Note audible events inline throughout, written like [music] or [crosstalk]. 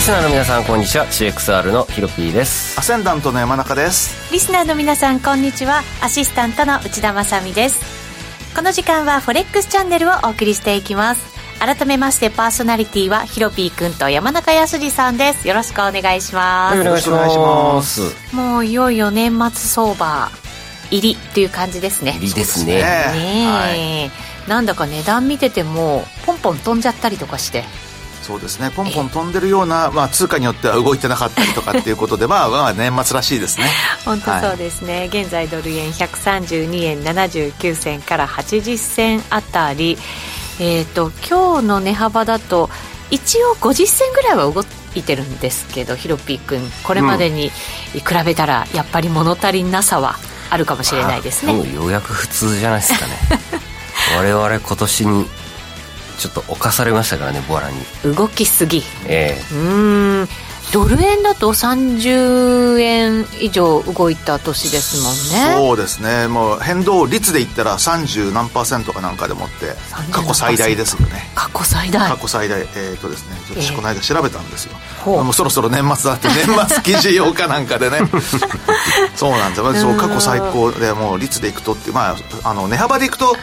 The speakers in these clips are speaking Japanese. スナーの皆さんこんにちは CXR のヒロピーですアセンダントの山中ですリスナーの皆さんこんにちはアシスタントの内田まさみですこの時間はフォレックスチャンネルをお送りしていきます改めましてパーソナリティはヒロピーくんと山中康二さんですよろしくお願いしまはいすお願いしよろしくお願まいしますすもういよいよ年末相場入りっていう感じですね入りですそうでねすねねえ、なんだか値段見ててもポンポン飛んじゃったりとかしてそうですねポンポン飛んでるような、まあ、通貨によっては動いてなかったりとかっていうことで [laughs] まあまあ年末らしいですね本当はいそうですね、現在ドル円132円79銭から80銭あたりえっ、と今日の値幅だと一応50銭ぐらいは動いてるんですけどヒロピー君これまでに比べたらやっぱり物足りなさはあるかもしれないですね、もうようやく普通じゃないですか [laughs] ね我々今年にちょっと侵されましたからねボラに動きすぎえうーんドル円だと30円以上動いた年ですもんねそうですねもう変動率で言ったら30何パーセントかなんかでもって30過去最大ですよね過去最大過去最大、えーとですね、私ええこの間調べたんですよ、ほうもうそろそろ年末だ [laughs] って年末記事用かなんかでねそうなんですよそう過去最高でもう率でいくとって、まあ、あの値幅でいくと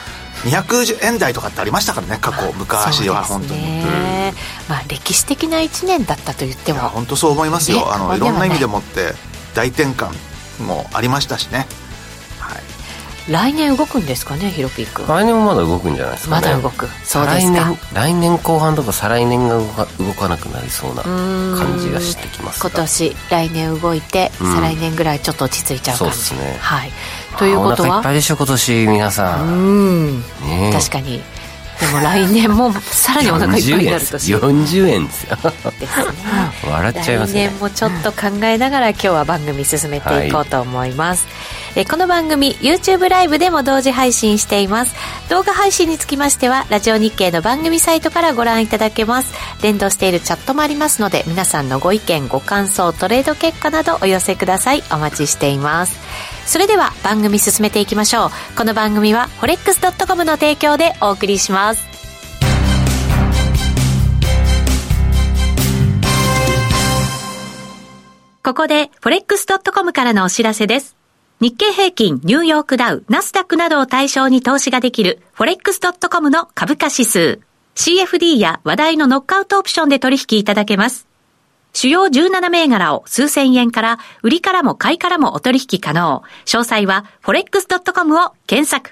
210円台とかってありましたからね過去昔はそう本です当に。ねまあ、歴史的な1年だったと言っていやも本当そう思いますねよあの過い言でろはんなない意味でもって大転換もありましたしね、はい、来年動くんですかねヒロピー君え来年もまだ動くんじゃないですかまねだ動くそうです来か年来年後半とか再来年が動か動かなくなりそうな感じがしてきますが今年来年動いて、うん再来年ぐらいちょっと落ち着いちゃう感じそうですねはい、ということあお腹いっぱはいでしょ今年皆さ、うんんねえ確かにでも来年もさらにお腹いっぱいになる年ですね40円ですよ笑っちゃいま来すね年もちょっと考えながら今日は番組進めていこうと思います、えーこの番組 YouTube ライブでも同時配信しています動画配信につきましてはラジオ日経の番組サイトからご覧いただけます連動しているチャットもありますので皆さんのご意見ご感想トレード結果などお寄せくださいお待ちしていますそれでは番組進めていきましょうこの番組は forex.com の提供でお送りしますここで、forex.com からのお知らせです。日経平均、ニューヨークダウ、ナスダックなどを対象に投資ができる、forex.com の株価指数。CFD や話題のノックアウトオプションで取引いただけます。主要17銘柄を数千円から、売りからも買いからもお取引可能。詳細は、forex.com を検索。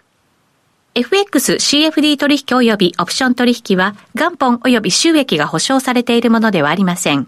FXCFD 取引及びオプション取引は元本及び収益が保証されているものではありません。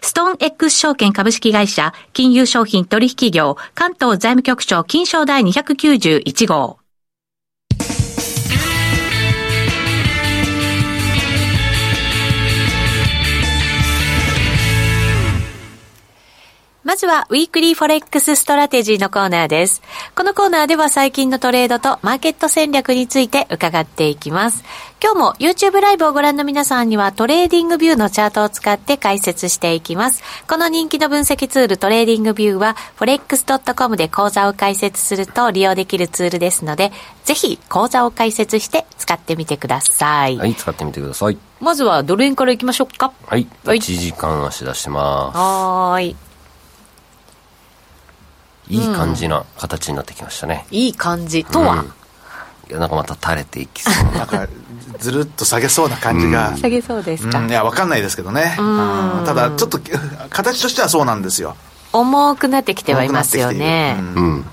ストーン X 証券株式会社、金融商品取引業、関東財務局長金賞第291号。まずは、ウィークリーフォレックスストラテジーのコーナーです。このコーナーでは最近のトレードとマーケット戦略について伺っていきます。今日も YouTube ライブをご覧の皆さんにはトレーディングビューのチャートを使って解説していきます。この人気の分析ツールトレーディングビューは forex.com で講座を開設すると利用できるツールですので、ぜひ講座を開設して使ってみてください。はい使ってみてくださいまずはドル円からいきましょうか。はい、はい1時間足出してまはーい。すいい感じな形になってきましたね、いい感じ。とは、いやなんかまた垂れていき [laughs] そうななんかずるっと下げそうな感じが、下げそうですか、うんいや分かんないですけどねうんただちょっと形としてはそうなんですよ重くなってきてはいますよね重くなってきているうんうん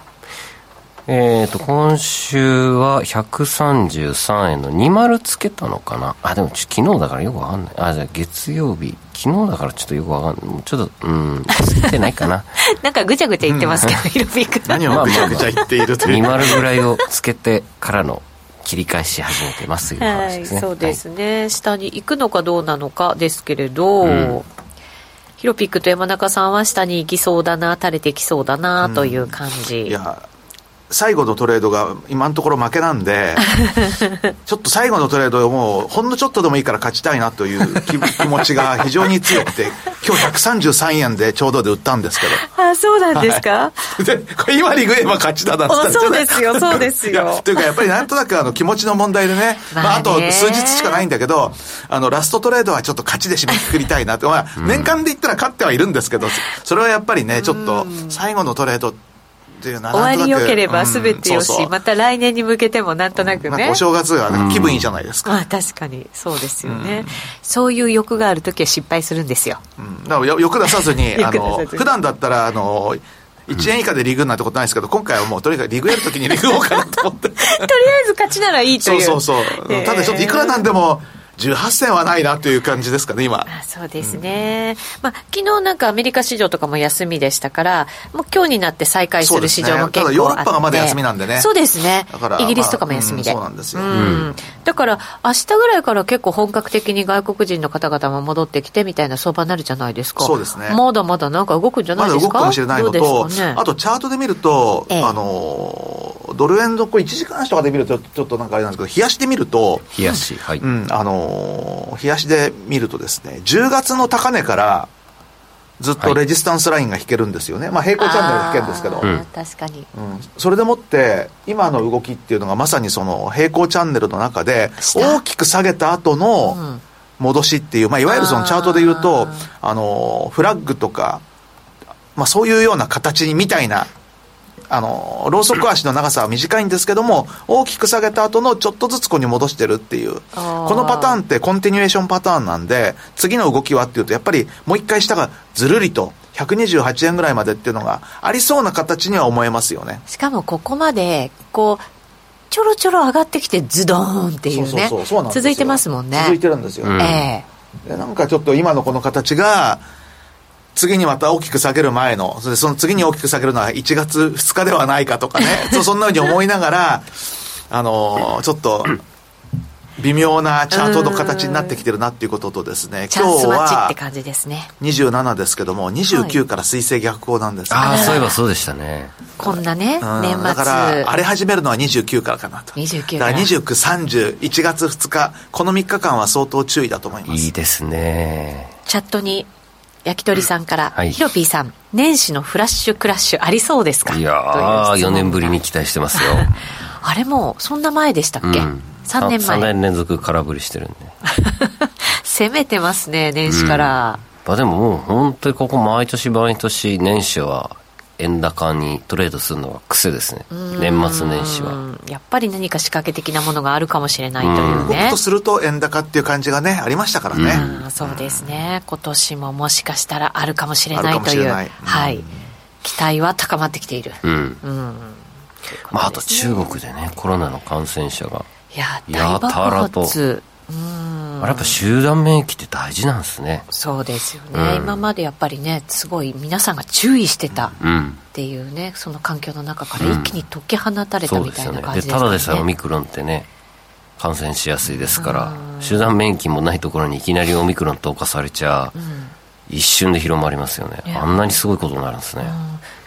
えーと今週は133円の20つけたのかなあでもちょ昨日だからよくわかんないあじゃあ月曜日昨日だからちょっとよくわかんないちょっとうんつけてないか [laughs] ななんかぐちゃぐちゃ言ってますけど、ヒロピー君何をぐちゃぐちゃ言っているという、 20ぐらいをつけてからの切り返し始めてますというは話い、ですねそうですね、下に行くのかどうなのかですけれど、うんヒロピックと山中さんは下に行きそうだな、垂れてきそうだな、という感じ。いや最後のトレードが今のところ負けなん [laughs] でちょっと最後のトレードをもうほんのちょっとでもいいから勝ちたいなという気気持ちが非常に強くて今日133円でちょうどで売ったんですけどあ、そうなんですか、 [laughs] でこれ今に食えば勝ちだなってあそうですよそうです [laughs] よいやというかやっぱりなんとなくあの気持ちの問題でね,、まあ、まあねあと数日しかないんだけどあのラストトレードはちょっと勝ちで締めくくりたいなって、まあ、年間で言ったら勝ってはいるんですけどそれはやっぱりねちょっと最後のトレードっていうのは終なわんとなりく良けれうばん全てよし、そうそうまた来年に向けてもなんとなくなんかねお。正月はなんか気分いいじゃないですか。まあ確かにそうですよね、そういう欲がある時は失敗するんですようんだからよ欲出さずに、あ [laughs] 欲出さずの、に普段だったら、あの、1円以下でリグなんてことないですけど、今回はもうとにかくリグやるときにリグおうかなと思って。とりあえず勝ちならいいとそいううそうそう。えーただちょっといくらなんでも、18銭はないなという感じですかね、今。あそうですね、まあ、昨日なんかアメリカ市場とかも休みでしたからもう今日になって再開する市場も結構あってそうですねただヨーロッパがまだ休みなんでねそうですねだからイギリスとかも休みで、まあうんそうなんですようんだから明日ぐらいから結構本格的に外国人の方々も戻ってきてみたいな相場になるじゃないですかそうですねまだまだなんか動くんじゃなまいだで動すくかかもしれないのどと、うですかねあとチャートで見ると、ええあの、ドル円のこう1時間足とかで見ると、ちょっとなんかあれなんですけど、冷やしてみると、冷やし、はい。うん、あのー、冷やしで見るとですね、10月の高値からずっとレジスタンスラインが引けるんですよね。まあ平行チャンネルが引けるんですけどあ、ー確かにうんそれでもって、今の動きっていうのがまさにその平行チャンネルの中で下大きく下げた後うのん戻しっていう、まあいわゆるそのチャートで言うとあ、あのー、フラッグとか、まあそういうような形にみたいな、あのー、ローソク足の長さは短いんですけども、大きく下げた後のちょっとずつここに戻してるっていう。あーこのパターンってコンティニュエーションパターンなんで、次の動きはっていうと、やっぱりもう一回下がずるりと、128円ぐらいまでっていうのがありそうな形には思えますよね。しかもここまでこうちょろちょろ上がってきてズドーンっていうねそうそうそうそうなんですよ続いてますもんね続いてるんですよ。うんええでなんかちょっと今のこの形が、次にまた大きく下げる前の、それでその次に大きく下げるのは1月2日ではないかと [laughs] かね、そうそんなふうに思いながら、あのーちょっと、微妙なチャートの形になってきてるなっていうこととですね、チャ今ンス日待ちっては感じですね27ですけども、29から水星逆行なんですよね、ああ、そういえばそうでしたね。こんなねうん年末だから、荒れ始めるのは29からかなと。 29だからから29、30、1月2日、この3日間は相当注意だと思います。いいですね。チャットに焼き鳥さんから、はいヒロピーさん年始のフラッシュクラッシュありそうですかいやという質問がー、4年ぶりに期待してますよ。あれもうそんな前でしたっうんけ、3年さ三前年連続空振りしてるんで。攻めてますね年始から、まあでももう本当にここ毎年毎年年始は円高にトレードするのが癖ですね。年末年始は。うんやっぱり何か仕掛け的なものがあるかもしれないという僕ねとすると円高っていう感じがね、ありましたからね。あーそうですね、今年ももしかしたらあるかもしれなあるいかもとしいう、れないうんはい、期待は高まってきている、うん。まああことです中国でね、コロナの感染者が。いや大や爆たらと発あれやっぱ集団免疫って大事なんですね。そうですよね、うん今までやっぱりねすごい皆さんが注意してたっうん。ていうねその環境の中から一気に解き放たれたそうみですたよいなね感でじですただでさえよオねミクロンってね感染しやすいですから集団免疫もないところにいきなりオミクロン投下されちゃ、一瞬で広まりますよねいやあんなにすごいことになるんですね、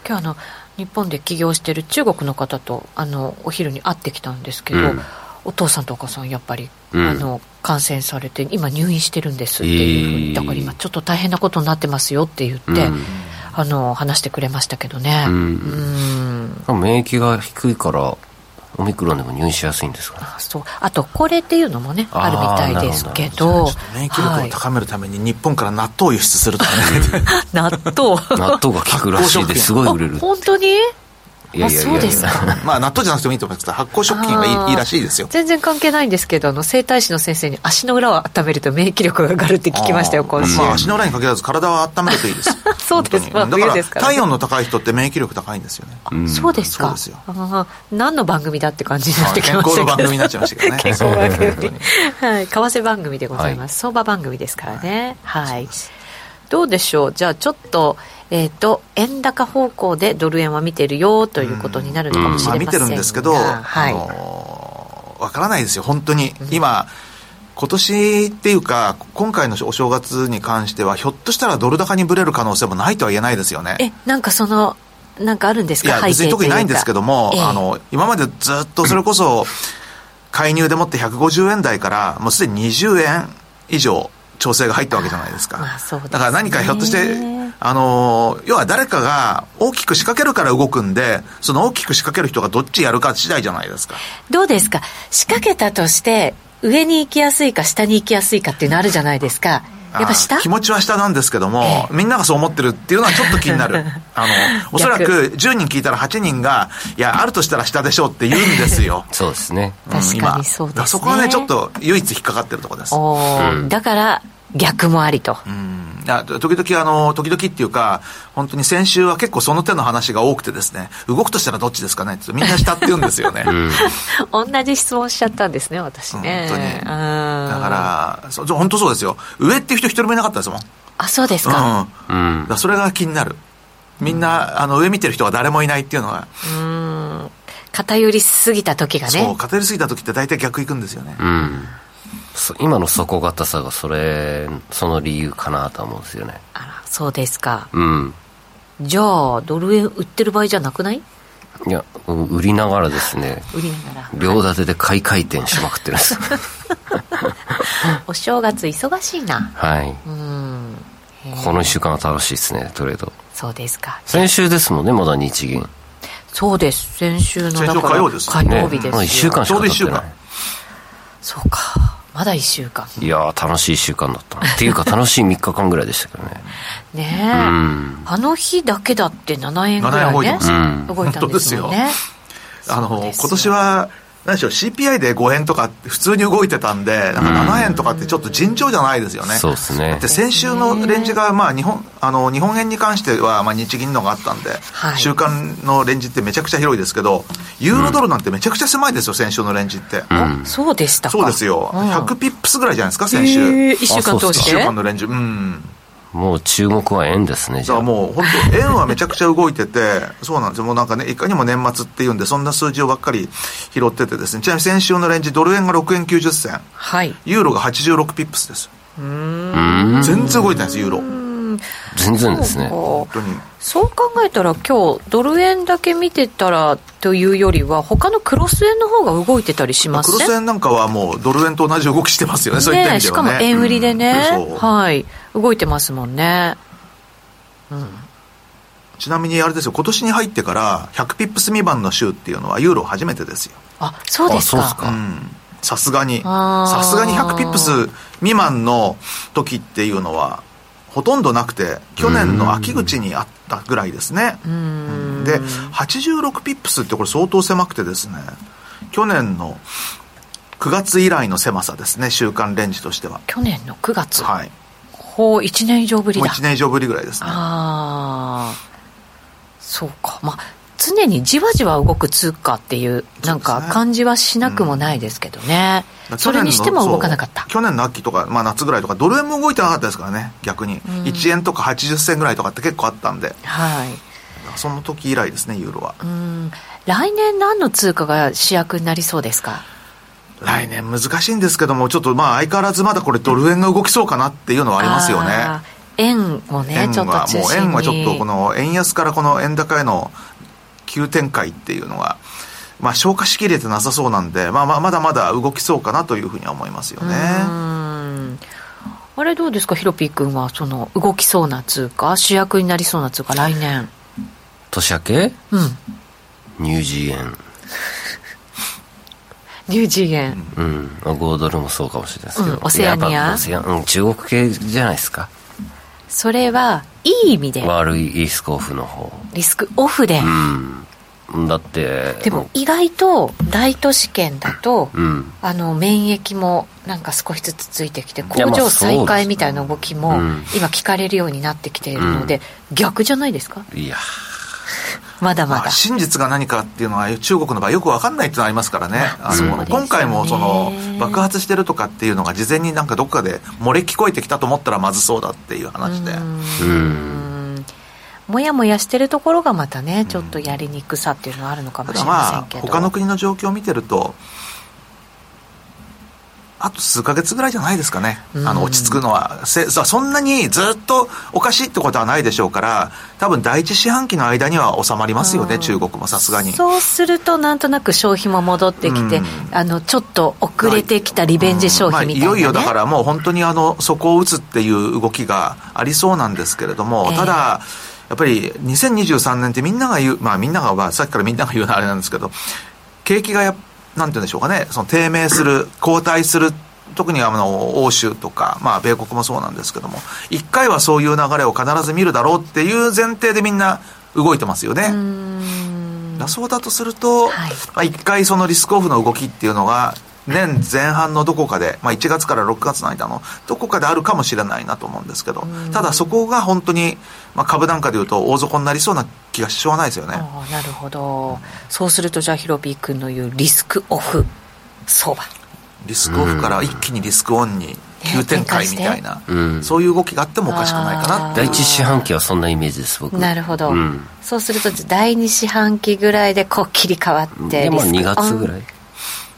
今日あの日本で起業してる中国の方とあのお昼に会ってきたんですけど、うんお父さんとお母さんやっぱり、うんあの感染されて今入院してるんですっていうふうに、えーだから今ちょっと大変なことになってますよって言って、うんあの話してくれましたけどね、うんうん免疫が低いからオミクロンでも入院しやすいんですかねあそうあと高齢っていうのもねああーるみたいですけなどるほど免疫力を高めるために日本から納豆を輸出するとかね。はい、 [laughs] 納豆納豆が効くらしいですごい売れるあ本当にいやいやいやいやあそうですか [laughs] まあ納豆じゃなくてもいいと思いますけど、発酵食品があーいいいいらしいですよ。全然関係ないんですけどあの整体師の先生に足の裏を温めると免疫力が上がるって聞きましたよあー今週、まあ足の裏に限らず体は温めるといいです。 [laughs] そう本です当にまあだ冬かでらすから体温の高い人って免疫力高いんですよね。うんそうですか。そうですよあー何の番組だって感じになってき健ました康けど。の番組になっちゃいましたけどね。 [laughs] 健康番組本 [laughs] 当にはい、為替番組でございます。相場番組ですからね。はい。どうでしょう。じゃあちょっとえっ、と円高方向でドル円は見てるよということになるのかもしれまあませんが。見てるんですけど、はい。あのーわからないですよ、本当に。今、今年っていうか、今回のお正月に関しては、ひょっとしたらドル高にぶれる可能性もないとは言えないですよね。えなんかそのなんかあるんですいや、か背景別に特にないんですけども、というかあの、今までずっとそれこそ、介入でもって150円台から、もうすでに20円以上、調整が入ったわけじゃないですか。まあそうですねだから何かひょっとして、あの、要は誰かが大きく仕掛けるから動くんで、その大きく仕掛ける人がどっちやるか次第じゃないですか。どうですか仕掛けたとして上に行きやすいか下に行きやすいかっていうのあるじゃないですかやっぱあ下ー気持ちは下なんですけども、みんながそう思ってるっていうのはちょっと気になる。あの、おそらく10人聞いたら8人が、いや、あるとしたら下でしょうって言うんですよ。そうですね。うん確かにそう今ですねだらそこはね、ちょっと唯一引っかかってるところです。おーだから逆もありと、うんあ時々、あの、時々っていうか、本当に先週は結構その手の話が多くてですね、動くとしたらどっちですかねってみんな下って言うんですよね。同じ質問しちゃったんですね私ね本当にうんだから、そ本当そうですよ。上っていう人一人もいなかったですもん。あそうですうん。だか、うん。からそれが気になる。みんな、あの、上見てる人が誰もいないっていうのが、偏りすぎた時がそう、ね偏りすぎた時って大体逆行くんですよね。うん。そ今の底堅さがそれ、その理由かなとは思うんですよね。あらそうですかうん。じゃあドル円売ってる場合じゃなくないいや、うん売りながらですね、売りなが両立てで買い回転しまくってるんです。 [laughs] らお正月忙しいなはい。うんこの1週間は楽しいですね、トレード。そうですか先週ですもんね、まだ日銀。そうです先週の先週だから火曜です火曜日ねですよまだ1週間しか経ってない。そうかまだ1週間いやー、楽しい1週間だったな。っていうか、楽しい3日間ぐらいでしたけどね。 [laughs] ねえ、うん。あの日だけだって7円ぐら7円い動いてねますようん動いたんですよねあの、そう今ですよ年は、何でしょう、CPI で5円とかって普通に動いてたんで、なんか7円とかってちょっと尋常じゃないですよね。そうですだねって。先週のレンジが、まあ、日本、あの、日本円に関しては、まあ、日銀のがあったんで、はい週間のレンジってめちゃくちゃ広いですけど、ユーロドルなんてめちゃくちゃ狭いですよ、先週のレンジって。うん。そうでしたかそうですよ。うん100ピップスぐらいじゃないですか、先週。えー、1 1週間通し週て間のレンジ。うん。もう注目は円ですね、だじゃからあ。もう本当、円はめちゃくちゃ動いてて、 [laughs] そうなんですよ、もうなんかね、いかにも年末っていうんで、そんな数字をばっかり拾っててですね、ちなみに先週のレンジ、ドル円が6円90銭、はいユーロが86ピップスです。うん。全然動いてないです、ユーロ。全然ですね。そうか本当に。そう考えたら今日ドル円だけ見てたらというよりは他のクロス円の方が動いてたりしまクすロねス円なんかはもうドル円と同じ動きしてますよね、そういった意ねえ味しでかはもね。円売りでね、うんそうはい動いてますもんねちなみにあれですよ、今年に入ってから100ピップス未満の週っていうのはユーロ初めてですよ。あそうですあそうっすかかうんさすがにあーさすがに100ピップス未満の時っていうのはほとんどなくて去年の秋口にあったぐらいですねうんで86ピップスってこれ相当狭くてですね去年の9月以来の狭さですね週間レンジとしては去年の9月、はいほう1年以上ぶりもうだ1年以上ぶりぐらいですねああそうかまあ常にじわじわ動く通貨っていうなそんうかですね感じはしなくもないですけどねだから去そ年のれにしても動かなかっそたう去年の秋とか、まあ、夏ぐらいとかドル円も動いてなかったですからね逆に1円とか80銭ぐらいとかって結構あったんではいその時以来ですねユーロはうん来年何の通貨が主役になりそうですか来年難しいんですけども、ちょっとまあ相変わらずまだこれドル円が動きそうかなっていうのはありますよあね。ー円をね円ちょっとは中心もにう円はちょっとこの円安からこの円高への急展開っていうのが、まあ消化しきれてなさそうなんで、まあまあまだまだ動きそうかなというふうには思いますよね。うんあれどうですかヒロピー君はその動きそうな通貨主役になりそうな通貨来年年明けうんニュージー円。ニュージー円、うん、5ドルもそうかもしれないですけど、うんオセアニアいややっぱオセアうん、中国系じゃないですか、それはいい意味で悪いイースコーフの方リスクオフで、うんだってでも意外と大都市圏だと、うんあの免疫もなんか少しずつついてきていや工まあ場再開みたいな動きもうん今聞かれるようになってきているので、逆じゃないですかいやまだまだ、まあ真実が何かっていうのは中国の場合よくわかんないっていうのはありますから [laughs] ね。あそうのですよね今回もその爆発してるとかっていうのが事前になんかどっかで漏れ聞こえてきたと思ったらまずそうだっていう話で。うんもやもやしてるところがまたねちょっとやりにくさっていうのはあるのかたもしだれませまんあけど、他の国の状況を見てると、あと数ヶ月ぐらいじゃないですかね、あの落ち着くのは、せそそんなにずっとおかしいってことはないでしょうから、多分第一四半期の間には収まりますよね、中国もさすがに。そうするとなんとなく消費も戻ってきて、うんあのちょっと遅れてきたリベンジ消費みたいな、ねまあ、いよいよだからもう本当にあのそこを打つっていう動きがありそうなんですけれども、ええただやっぱり2023年ってみんなが言うまあみんながまあさっきからみんなが言うのはあれなんですけど景気がやなんて言うんでしょうかねその低迷する後退する特にあの欧州とか、まあ、米国もそうなんですけども一回はそういう流れを必ず見るだろうっていう前提でみんな動いてますよね。だそうだとするはと、いまあ、1回そのリスクオフの動きっていうのが年前半のどこかで、まあ、1月から6月の間のどこかであるかもしれないなと思うんですけどただそこが本当に、まあ、株なんかでいうと大底になりそうな気がしょうがないですよね。ああなるほどそうするとじゃあヒロピー君の言うリスクオフ相場リスクオフから一気にリスクオンに急展開みたいな、うんそういう動きがあってもおかしくないかなって第一四半期はそんなイメージです僕なるほど、うんそうすると第二四半期ぐらいでこう切り替わってでまあリ2スクオン月ぐらい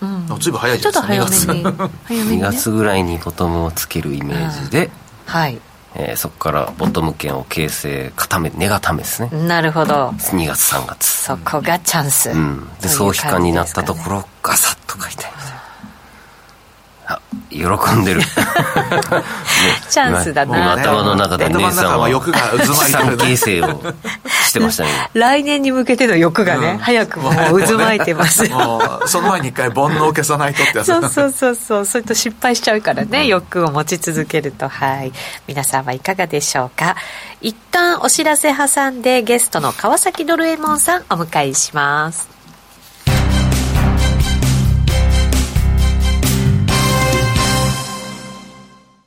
あずいぶん早いちじょゃっとない早でめすか2 [laughs] に月早めに、 2ね、月ぐらいにボトムをつけるイメージで、はいえーそこからボトム圏を形成固め根固めですね、なるほど2月3月そこがチャンス、うんとでいう感総じ悲観になったとですこかねろガサッと書いてあ喜んでるねチャンスだ今なと頭の中で頭姉のさ中んはは欲が渦資巻いて産るね形成をしてましたね来年に向けての欲がね、うん早くももう渦巻いてますもうその前に一回煩悩を消さないとってやつそうそうそうそうそれと失敗しちゃうからね欲を持ち続けるとはい皆さんはいかがでしょうか一旦お知らせ挟んでゲストの川崎ドルエモンさんお迎えします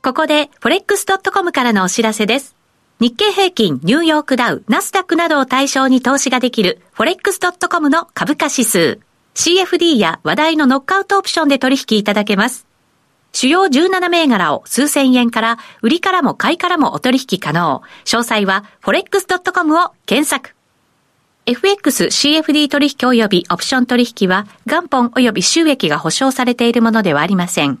ここで forex.com からのお知らせです。日経平均、ニューヨークダウ、ナスダックなどを対象に投資ができる forex.com の株価指数。CFD や話題のノックアウトオプションで取引いただけます。主要17銘柄を数千円から、売りからも買いからもお取引可能。詳細は forex.com を検索。FX CFD 取引及びオプション取引は元本及び収益が保証されているものではありません。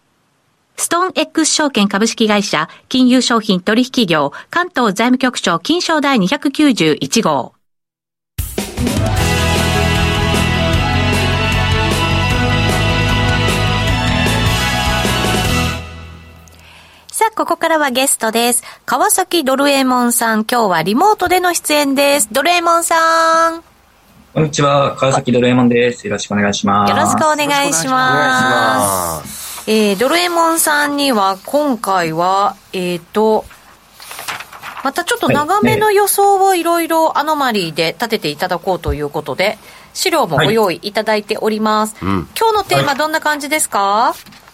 ストーン X 証券株式会社、金融商品取引業、関東財務局長金賞第291号。さあここからはゲストです川崎ドルエモンさん今日はリモートでの出演ですドルエモンさんよこんにちは、川崎ドルエモンです。よろしくお願いします。ろしくお願いしますあーえー、ドルエモンさんには今回は、えっ、と、またちょっと長めの予想をいろいろアノマリーで立てていただこうということで、資料もご用意いただいております。ん今日のテーマどんな感じですか、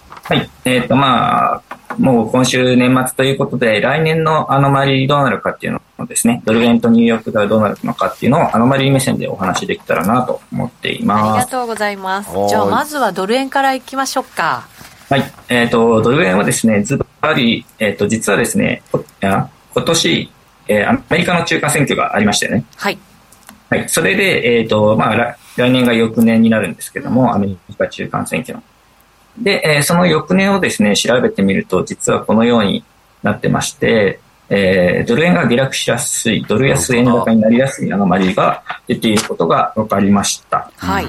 はい。えっ、と、まあ、もう今週年末ということで、来年のアノマリーどうなるかっていうのをですね、ドル円とニューヨークダウどうなるのかっていうのをアノマリー目線でお話しできたらなと思っていありまがす。とうございますは。いじゃあまずはドル円からいきましょうか。はい。えっ、と、ドル円はですね、ズバリ、えっ、と、実はですね、こあ今年、えーアメリカの中間選挙がありましてね、はい。はい。それで、えっ、と、まあ、来来年が翌年になるんですけども、アメリカ中間選挙の。で、えーその翌年をですね、調べてみると、実はこのようになってまして、えードル円が下落しやすい、ドル安円高になりやすいアノマリーが出ていることが分かりました。はい。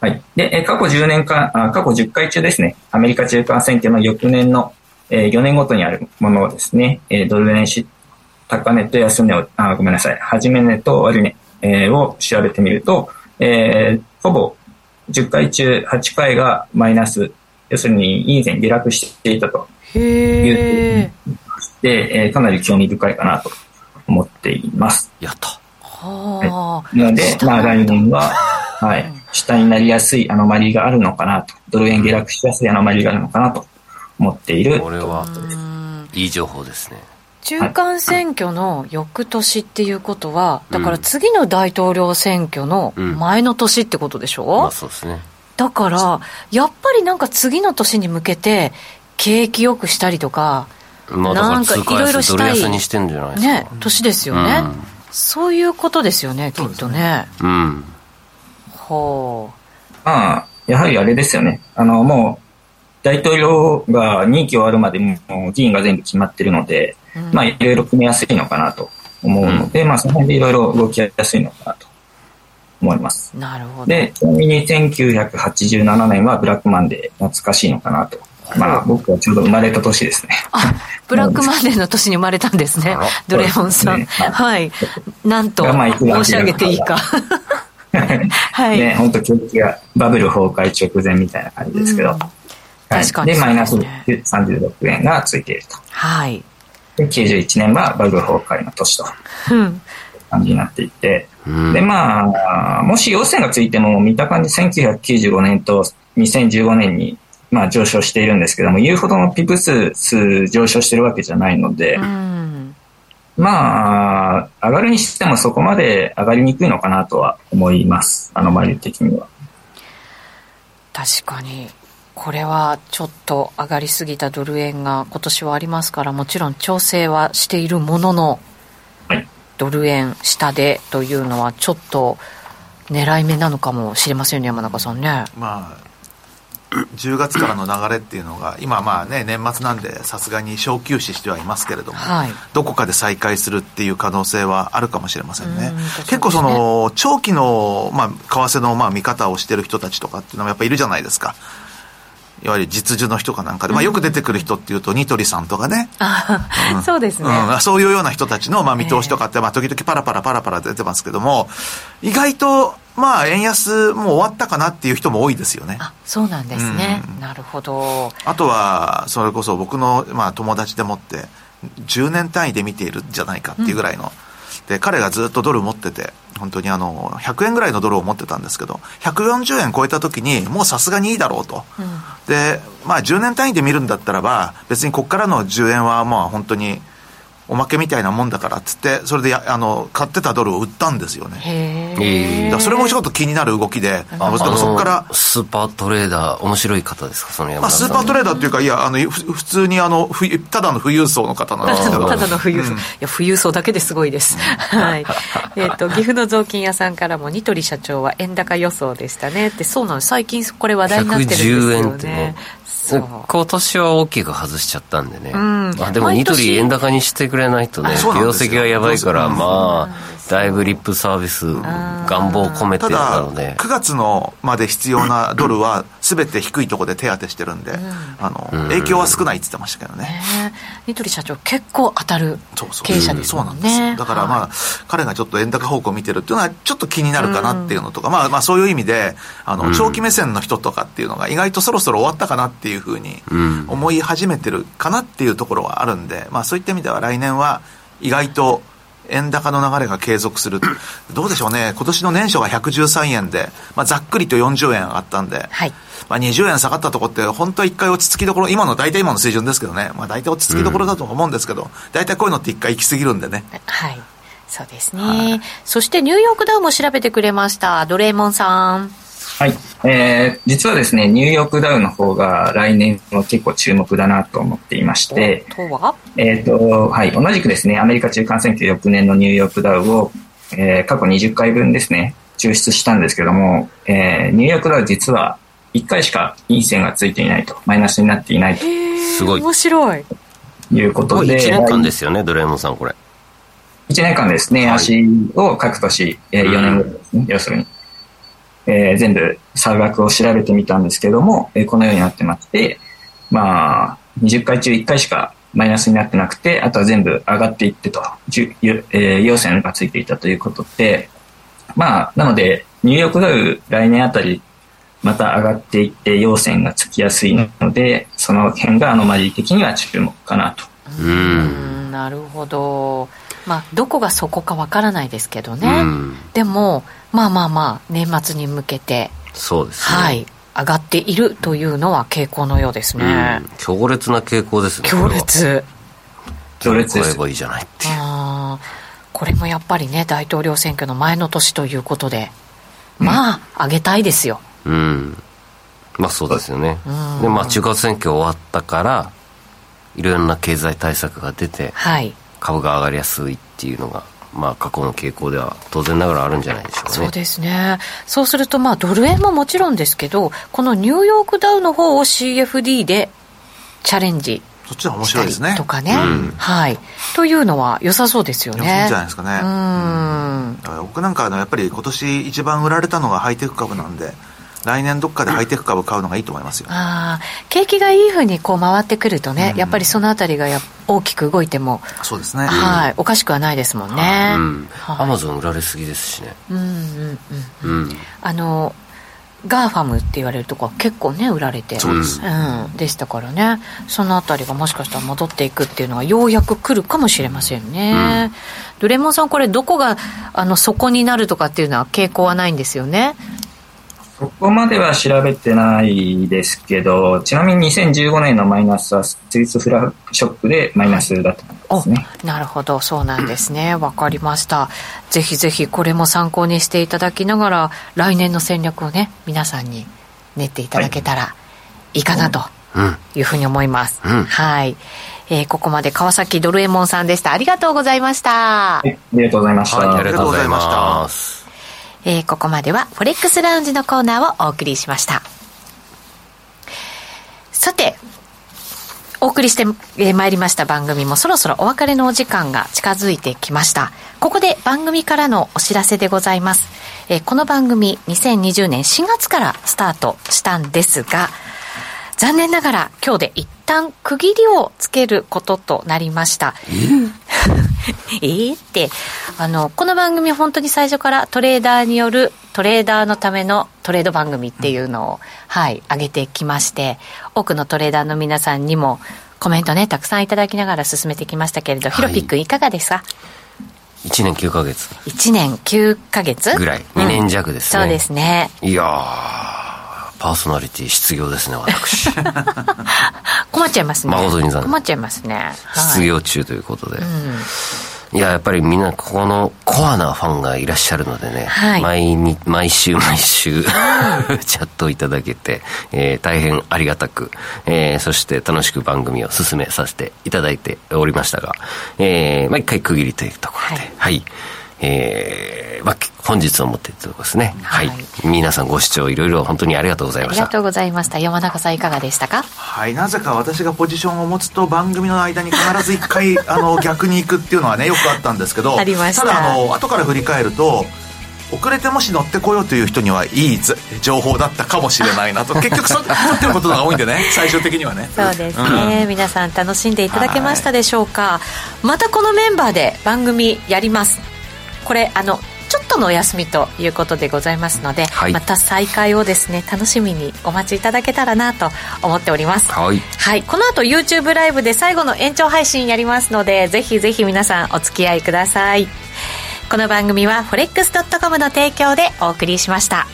はい。で、えー過去10年間、あ過去10回中ですね、アメリカ中間選挙の翌年の、え4年ごとにあるものをですね、えードル円し、高値と安値を、あ、ごめんなさい、始め値と終値、えーを調べてみると、えーほぼ10回中8回がマイナス、要するに以前下落していたとへえ。で、えーかなり興味深いかなと思っています。やったはあ。なので、下まあなんだ来年は、はい、下になりやすいアノマリがあるのかなと、ドル円下落しやすいアノマリがあるのかなと思っている。これはうーんいい情報ですね中間選挙の翌年っていうことは、だから次の大統領選挙の前の年ってことでしょ、まあそうですね。だから、やっぱりなんか次の年に向けて、景気よくしたりとか、まあだから通貨なんかいろいろ安したドいル安にしてんじゃないですか。ね、年ですよね、うんそういうことですよね、きっとね。うん。ほまあ、やはりあれですよね。あの、もう、大統領が任期終わるまでもう議員が全部決まってるので、う。うんまあ、いろいろ組みやすいのかなと思うので、まあ、その辺でいろいろ動きやすいのかなと思います。なるほど。で、ちなみに1987年はブラックマンデー、懐かしいのかなと。まあ、僕はちょうど生まれた年ですね。ブラックマンデーの年に生まれたんですねあら、ドレモンさそん。うですねはい。なんとがまあ、一番申し上げていいか。はい。ね、本当景気がバブル崩壊直前みたいな感じですけうど。んはい確かにで、マイナスそうです36円がついていると。はい。で、91年はバブル崩壊の年とうん。感じになっていて。うんで、まあ、もし陽線がついても、見た感じ1995年と2015年に、まあ、上昇しているんですけども、言うほどのピプ数数上昇してるわけじゃないので、うん。まあ、上がるにしてもそこまで上がりにくいのかなとは思います。あの、マリュ的には。確かに。これはちょっと上がりすぎたドル円が今年はありますから、もちろん調整はしているものの、はいドル円下でというのはちょっと狙い目なのかもしれませんね、山中さんね。まあ10月からの流れっていうのが今まあね年末なんでさすがに小休止してはいますけれども、はいどこかで再開するっていう可能性はあるかもしれませんねうん結構その長期の、まあ、為替のまあ見方をしてる人たちとかっていうのはやっぱいるじゃないですかいわゆる実需の人かなんかで、まあ、よく出てくる人っていうとニトリさんとかね、そうですね。うん、そういうような人たちの、まあ、見通しとかって、まあ、時々パラパラパラパラ出てますけども意外とまあ円安もう終わったかなっていう人も多いですよねあ、そうなんですね。なるほど。あとは、それこそ僕の、まあ、友達でもって、10年単位で見ているんじゃないかっていうぐらいの。で、彼がずっとドル持ってて、本当にあの、100円ぐらいのドルを持ってたんですけど、140円超えた時に、もうさすがにいいだろうと。で、まあ、10年単位で見るんだったらば、別にこっからの10円は、まあ、本当に、おまけみたいなもんだからっつって、それでや、あの、買ってたドルを売ったんですよね。へえだえ。からそれもちょっと気になる動きで、だあからそこから、のスーパートレーダー、面白い方ですか、その山まあ、田さスん。ーパートレーダーっていうか、いや、あの、ふ普通にあの、冬、ただの富裕層の方なんですけたど。だあたーだの富裕層、いや富裕層だけですごいで [laughs] す、はいえっと岐阜の雑巾屋さんからもニトリ社長は円高予想でしたねってそうなの最近これ話題になってるんですよ110ね円ってね。そう今年は大きく外しちゃったんでね。んあでも毎ニト年リ円高にしてくれないとね、そうなん業ですよ績がやばいから、そうそうまあ、だいぶリップサービス、願望を込めてたなだ、ので。 9月のまで必要なドルは、すべて低いところで手当てしてるんで、あの、影響は少ないって言ってましたけどね。ねニトリ社長結構当たるそうそう。経営者ですそうもなんんですねよ。だからまはあ、彼がちょっと円高方向を見てるっていうのは、ちょっと気になるかなっていうのとか、まあまあそういう意味で、あの、長期目線の人とかっていうのが、意外とそろそろ終わったかなっていうふうにん思い始めてるかなっていうところはあるんで、まあそういった意味では来年は意外と、円高の流れが継続す [coughs] る。どうでしょうね。今年の年初が113円で、まあ、ざっくりと40円上がったんで、はいまあ、20円下がったところって、本当は一回落ち着きどころ、今の大体今の水準ですけどね、まあ、大体落ち着きどころだと思うんですけど、大体こういうのって一回行き過ぎるんでね。はいそうですね、そしてニューヨークダウも調べてくれましたドレーモンさんはい。えー実はですね、ニューヨークダウの方が来年の結構注目だなと思っていまして、とはえっ、と、はい、同じくですね、アメリカ中間選挙翌年のニューヨークダウを、えー過去20回分ですね、抽出したんですけども、えーニューヨークダウ実は1回しか陰線がついていないと、マイナスになっていないとすごい。面白いいうこと1で、。年間ですすよね、ドラえもんさん、これ。 1年間ですね、はい足を各年、え4年後ですね、要するに。えー全部差額を調べてみたんですけども、えーこのようになってまして、まあ、20回中1回しかマイナスになってなくて、あとは全部上がっていってと、じゅゆえー要線がついていたということで、まあ、なので、ニューヨークダウ来年あたり、また上がっていって、要線がつきやすいので、その辺がアノマリー的には注目かなと。うん。うんなるほど、まあ、どこがそこかわからないですけどね、うん。でもまあまあまあ年末に向けて、そうですね。はい上がっているというのは傾向のようですうねん、強烈な傾向ですね。これ強は。烈序乗列でり越えすれ。ばいいじゃないっていう。あーこれもやっぱりね大統領選挙の前の年ということでまあ、上げたいですようん。まあそうですよね。で、まあ中間選挙終わったから、いろんな経済対策が出て、はい、株が上がりやすいっていうのが、まあ過去の傾向では当然ながらあるんじゃないでしょうかね。そうですねそうするとまあドル円ももちろんですけどこのニューヨークダウの方を CFD でチャレンジそっちの方が面し白たいりですねとかね、うんはいというのは良さそうですよいやいいねんじゃないですかねうーんだから僕なんかあのやっぱり今年一番売られたのがハイテク株なんで来年どっかでハイテク株買うのがいいと思いますよああ景気がいいふうにこう回ってくるとね、やっぱりそのあたりがやっ大きく動いても、そうですね、はいおかしくはないですもんね、うん。はいアマゾン売られすぎですしね。うんうんうんうん。あのガーファムって言われるとこは結構ね売られてそうですうん、でしたからねそのあたりがもしかしたら戻っていくっていうのがようやく来るかもしれませんね、ドレモンさんこれどこがあの底になるとかっていうのは傾向はないんですよねそこまでは調べてないですけど、ちなみに2015年のマイナスはスイスフラッショックでマイナスだったんですね。おなるほどそうなんですねわかりましたぜひぜひこれも参考にしていただきながら来年の戦略をね皆さんに練っていただけたらいいかなとうん。いうふうに思います、うんはい、えーここまで川崎ドルエモンさんでしたありがとうございました、はい、ありがとうございました。はい、ありりがとがとううごござざいいまましたす。えーここまではフォレックスラウンジのコーナーをお送りしましたさてお送りして、えーまいりました番組もそろそろお別れのお時間が近づいてきましたここで番組からのお知らせでございます、えーこの番組2020年4月からスタートしたんですが残念ながら今日で一旦区切りをつけることとなりました [laughs] ええって、あの、この番組本当に最初からトレーダーによるトレーダーのためのトレード番組っていうのを、はい、上げてきまして、多くのトレーダーの皆さんにもコメントね、たくさんいただきながら進めてきましたけれど、はいヒロピックいかがですか1年9ヶ月 ?1 年9ヶ月ぐらい。うん2年弱ですね。そうですね。いやー、パーソナリティ失業ですね、 [laughs] 私。困っちゃいますね。誠に残念困っちゃいますね。はい失業中ということで。うんいや、やっぱりみんな、ここのコアなファンがいらっしゃるのでね、はい毎日、毎週 [laughs] 毎週、チャットをいただけて、えー大変ありがたく、えーそして楽しく番組を進めさせていただいておりましたが、えーまあ一回区切りというところで、はいはい。えーまあ本日をもってということですね。はい。はい皆さんご視聴いろいろ本当にありがとうございあまりした。がとうございました。山中さんいかがでしたかはい、なぜか私がポジションを持つと番組の間に必ず一回 [laughs] あの逆に行くっていうのはねよくあったんですけどありましただあの後から振り返ると遅れてもし乗ってこようという人にはいいず情報だったかもしれないなと結局 [laughs] そそうなってることの方が多いんでね最終的にはねそうですんね、皆さん楽しんでいただけましたでしょうかまたこのメンバーで番組やりますこれあのちょっとのお休みということでございますので、はいまた再開をですね楽しみにお待ちいただけたらなと思っておりますはい。はいこの後 YouTube ライブで最後の延長配信やりますのでぜひぜひ皆さんお付き合いくださいこの番組は forex.com の提供でお送りしました